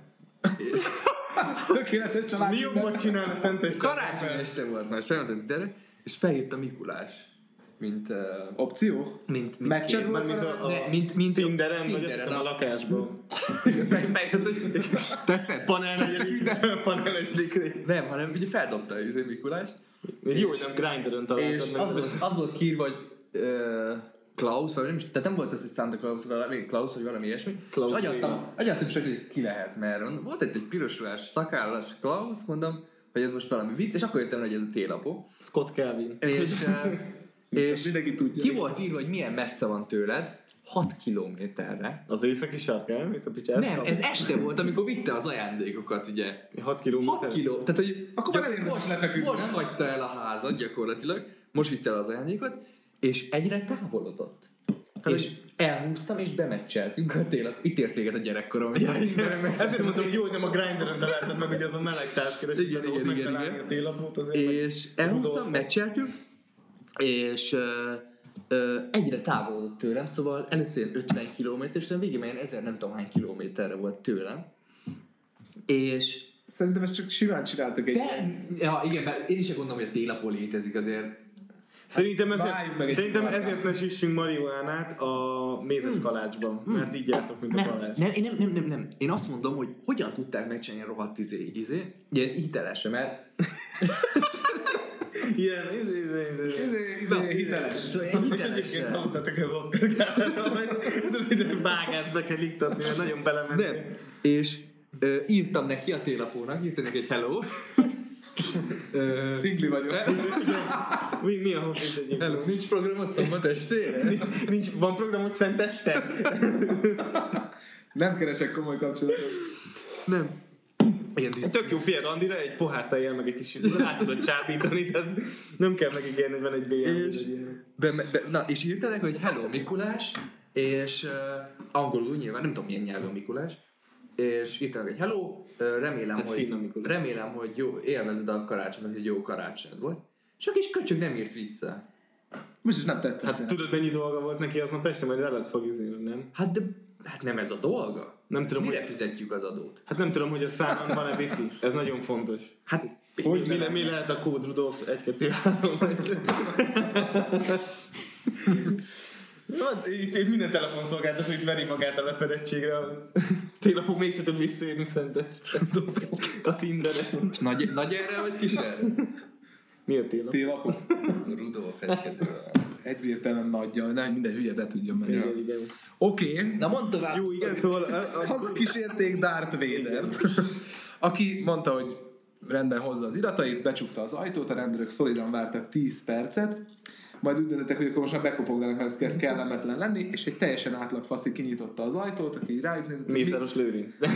S1: Tökéletes család.
S3: Mi jobbat csinál a szentes
S4: Karácsony este volt, majd felmentem Tinderre, és felhívta Mikulás. Mint, ö,
S1: Opció?
S4: mint, mint
S1: Meccset
S4: kép.
S1: volt
S3: Mármint
S1: vele?
S3: a-
S4: Ne, mint, mint
S3: Tinderen, vagy azt
S4: Tinderen,
S3: hiszem a
S4: a-
S3: lakásban.
S4: (laughs) Fejjött, hogy tetszett?
S3: Panel negyedik, panel negyedik rész.
S4: Nem, hanem ugye feldobta az izé Mikulást,
S3: Jó, hogy nem Grindr-ön
S4: és
S3: találtam
S4: az
S3: meg.
S4: volt, az volt kír, hogy ö, Klaus, vagy nem, is- tehát nem volt ez, hogy Santa Claus, vagy valami Klaus, vagy valami ilyesmi.
S3: Klaus
S4: Klaus és agyattam,
S3: Léla.
S4: agyattam csak, hogy ki lehet, mert mondom, volt egy, egy pirosruhás, szakállas Klaus, mondom, hogy ez most valami vicc, és akkor jöttem rá, hogy ez a télapó.
S3: Scott Kelvin.
S4: És, ö,
S1: (laughs)
S4: és
S1: Ezt mindenki tudja.
S4: ki volt írva, hogy milyen messze van tőled? 6 kilométerre.
S3: Az északi sarkán, és a picsa.
S4: Nem, ez este volt, amikor vitte az ajándékokat, ugye.
S3: 6
S4: 6
S3: kilométer.
S4: kiló, tehát hogy
S1: Akkor már elég most lefeküdni.
S4: most hagyta el a házat gyakorlatilag, most vitte el az ajándékot, és egyre távolodott. és elhúztam, és bemeccseltünk a télat. Itt ért véget a gyerekkorom. Ja,
S3: Ezért mondtam, hogy jó, hogy nem a Grindr-ön találtad meg, hogy az a meleg társkereső.
S4: Igen, igen, igen, igen.
S3: A télapót azért. meg-
S4: és elhúztam,
S3: Rudolfo.
S4: meccseltünk, és ö, ö, egyre távolodott tőlem, szóval először ilyen 50 kilométer, és aztán végig már ilyen 1000 nem tudom hány kilométerre volt tőlem. És
S1: Szerintem ezt csak simán csináltak egy...
S4: de, ja, igen, mert én is csak gondolom, hogy a télapó létezik azért. Hát,
S3: Szerintem
S1: váljunk meg
S3: ezért,
S1: egy
S3: szerintem
S1: kicsit.
S3: ezért ne síssünk marihuánát a mézes kalácsban, mert így jártok, mint a
S4: Hmm. Nem,
S3: kalács.
S4: nem, én nem, nem, nem, nem. Én azt mondom, hogy hogyan tudták megcsinálni a rohadt izé, izé, ilyen hitelesre, mert...
S3: Ilyen, izé, izé, izé.
S1: Izé, izé, hiteles.
S4: Szóval ilyen
S3: És egyébként
S4: hitelesre.
S3: hallottatok az Oscar
S1: (laughs)
S3: Gábor, vágást be kell iktatni, mert nagyon
S4: Nem.
S3: belementél.
S4: És ö, írtam neki a télapónak, írtam neki egy hello. Ö,
S1: Szingli vagyok.
S3: Mi, mi a hossz egyébként?
S4: hello, nincs programod szombat estére?
S3: Nincs, van program, hogy szent este?
S1: Nem keresek komoly kapcsolatot.
S4: Nem. Ilyen
S3: Ez
S4: disz...
S3: tök jó fél randira, egy pohár tejjel, meg egy kis időt rá tudod csábítani, tehát nem kell megígérni, hogy van egy BM. vagy
S4: És-
S3: egy ilyen.
S4: Be, be, na, és írta neki, hogy hello Mikulás, és ö, angolul nyilván, nem tudom milyen nyelven Mikulás, és írta neki, hogy hello, ö, remélem,
S3: Hát
S4: hogy,
S3: finom Mikulás.
S4: remélem, hogy jó, élvezed a karácsonyt, hogy jó karácsonyod volt. És a kis köcsög nem írt vissza.
S1: Most is nem tetszett.
S3: Hát tudod, mennyi dolga volt neki aznap este, majd veled fog izélni, nem?
S4: Hát de, hát nem ez a dolga.
S3: Nem tudom,
S4: Mire
S3: hogy,
S4: fizetjük az adót?
S3: hát nem tudom, hogy a számon van-e wifi. Ez nagyon fontos.
S4: Hát,
S3: Hogy mi, le, mi lehet a kód Rudolf 1 2 3 itt, itt minden telefonszolgáltató itt veri magát a lefedettségre. Télapó mégsem tud visszaérni fentes. A Tinderen.
S4: nagy, nagy erre vagy kisebb?
S3: Mi a télapó?
S1: Télapok.
S4: Rudolf egykedő.
S1: Egyértelműen nagyja, nem minden hülye be tudjon menni.
S3: Igen, igen.
S1: Oké, okay.
S4: (laughs) Na mondd tovább.
S3: Jó, igen, szóval a, a,
S1: hazakísérték Darth Vader-t, aki mondta, hogy rendben hozza az iratait, becsukta az ajtót, a rendőrök szolidan vártak 10 percet, majd úgy döntöttek, hogy akkor most már bekopognak, mert ez kezd kellemetlen lenni, és egy teljesen átlag faszi kinyitotta az ajtót, aki így rájuk nézett, hogy
S3: Mészáros Lőrinc.
S1: mi-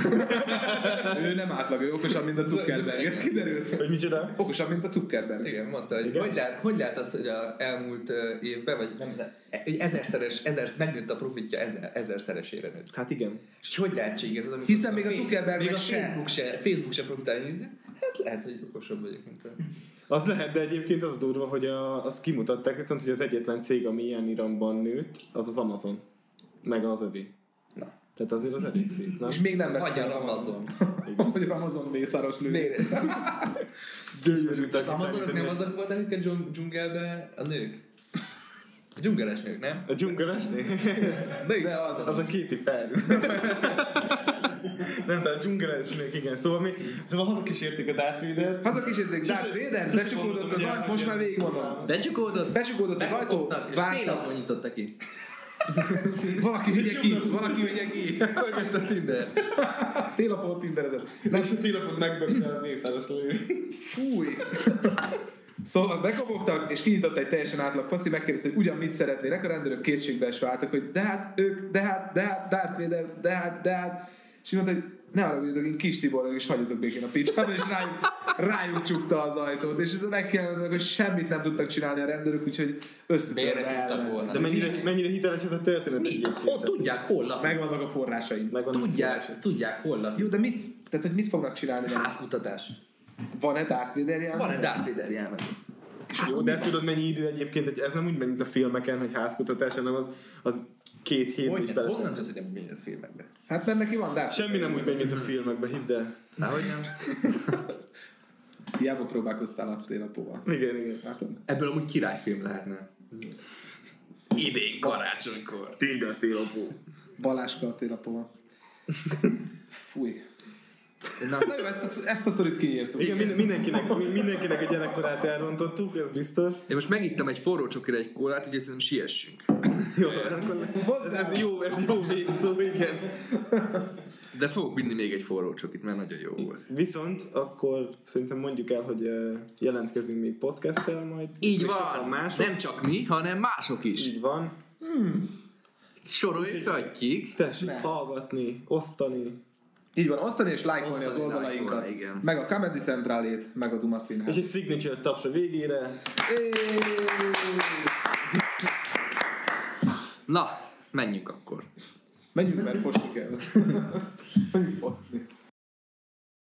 S1: ő nem átlag, ő okosabb, mint a Zuckerberg, ez kiderült.
S3: Hogy micsoda?
S1: Okosabb, mint a Zuckerberg.
S4: Igen, mondta, hogy hogy lát, hogy lát az, hogy a elmúlt ö, évben, vagy nem, nem egy ezerszeres, ezer, megnőtt a profitja ezer, ezerszeresére nőtt.
S3: Hát igen.
S4: És hogy lehetséges ez az, amikor...
S1: Hiszen még a
S4: Fe-
S1: Zuckerberg
S4: még
S1: meg
S4: a
S1: se.
S4: Facebook se, Facebook se profitál nézi. Hát lehet, hogy okosabb vagyok, mint a...
S3: Az lehet, de egyébként az a durva, hogy a, azt kimutatták viszont, hogy az egyetlen cég, ami ilyen iramban nőtt, az az Amazon. Meg az övé.
S4: Na.
S3: Tehát azért az elég szép, nem?
S1: És még nem lett
S4: Vagy a Amazon.
S1: (laughs) Magyar Amazon mészáros lő.
S4: Miért?
S3: Gyönyörű
S4: Az Amazonok nem azok voltak, akik a dzsung- dzsungelben a nők? A dzsungeles nők, nem?
S3: A dzsungeles?
S1: De az
S3: Az a Katy Perry. (laughs) nem, tehát a dzsungeles nők, igen. Szóval, mi, szóval hazak is érték a Darth Vader-t.
S1: Hazakísérték Darth Vader,
S3: sose
S1: becsukódott
S3: gondoltam,
S1: az
S3: hogy
S1: ajtó,
S3: el-
S1: most már végigmondom.
S4: Becsukódott,
S1: Becsukódott az ajtó,
S4: bekopogtak, és
S1: vártak.
S4: télapon nyitotta ki.
S1: (laughs) Valaki vigye ki, valaki vigye ki.
S4: Fölment a
S1: (laughs)
S4: Tinder.
S1: Télapon tinderedett.
S3: Nem, a télapot megbökte a mészáros lő.
S1: Fúj! Szóval bekopogtak, és kinyitott egy teljesen átlag faszi, megkérdezte, hogy ugyan mit szeretnének, a rendőrök kétségbe is váltak, hogy de hát ők, de hát, de hát, Darth Vader, de hát, de hát. És így mondta, hogy ne arra én kis Tibor, és hagyjatok békén a picsába, és rájuk, rájuk csukta az ajtót, és ez megkérdezett, hogy semmit nem tudtak csinálni a rendőrök, úgyhogy összetörve
S5: Miért nem tudtak
S1: elmentek.
S5: volna?
S3: De mennyire, mennyire hiteles ez a történet
S5: Mi?
S3: egyébként?
S5: Ott tudják hol lak.
S1: Megvannak a forrásaim.
S3: Megvan a
S5: Tudják, tudják hol lak.
S1: Jó, de mit, tehát, hogy mit fognak csinálni?
S5: Házkutatás.
S1: Van-e Darth Vader jelen?
S5: Van egy Darth Vader jelmet.
S3: Jó, de tudod mennyi idő egyébként, hogy ez nem úgy megy, mint a filmeken, hogy házkutatás, hanem az, az két hét is
S5: Hogy nem?
S3: bele.
S5: Honnan tudod, hogy nem minden filmekben?
S1: Hát mert neki van Darth
S3: Semmi nem úgy megy, mint a filmekben, hidd el.
S5: Na, hogy nem?
S1: Hiába próbálkoztál a télapóval.
S3: Igen, igen.
S1: Látod?
S5: Ebből amúgy királyfilm lehetne. Idén karácsonykor.
S3: Tinder télopó.
S1: Baláska a télapóval. Fúj.
S5: Na,
S1: Na jó, ezt a, ezt a sztorit kinyírtuk.
S3: Igen, minden- mindenkinek, mindenkinek a gyerekkorát elrontottuk, ez biztos.
S4: Én most megittem egy forró csokira egy kólát, úgyhogy szerintem siessünk.
S3: Jó, hát akkor ez, ez jó, ez jó végszó, igen.
S4: De fogok vinni még egy forró csokit, mert nagyon jó volt.
S3: Viszont akkor szerintem mondjuk el, hogy eh, jelentkezünk még podcasttel majd.
S4: Így
S3: Még
S4: van!
S3: sokan Mások.
S4: Nem csak mi, hanem mások is.
S3: Így van.
S4: Soroljuk fel, hogy kik.
S3: Tessék hallgatni, osztani.
S1: Így van, osztani és lájkolni
S4: Osztani,
S1: az oldalainkat.
S4: lájkolni, igen.
S1: Meg a Comedy Centralét, meg a Duma
S3: És
S1: Színházat.
S3: egy signature taps a végére.
S4: Na, menjünk akkor.
S1: Menjünk, mert fosni kell.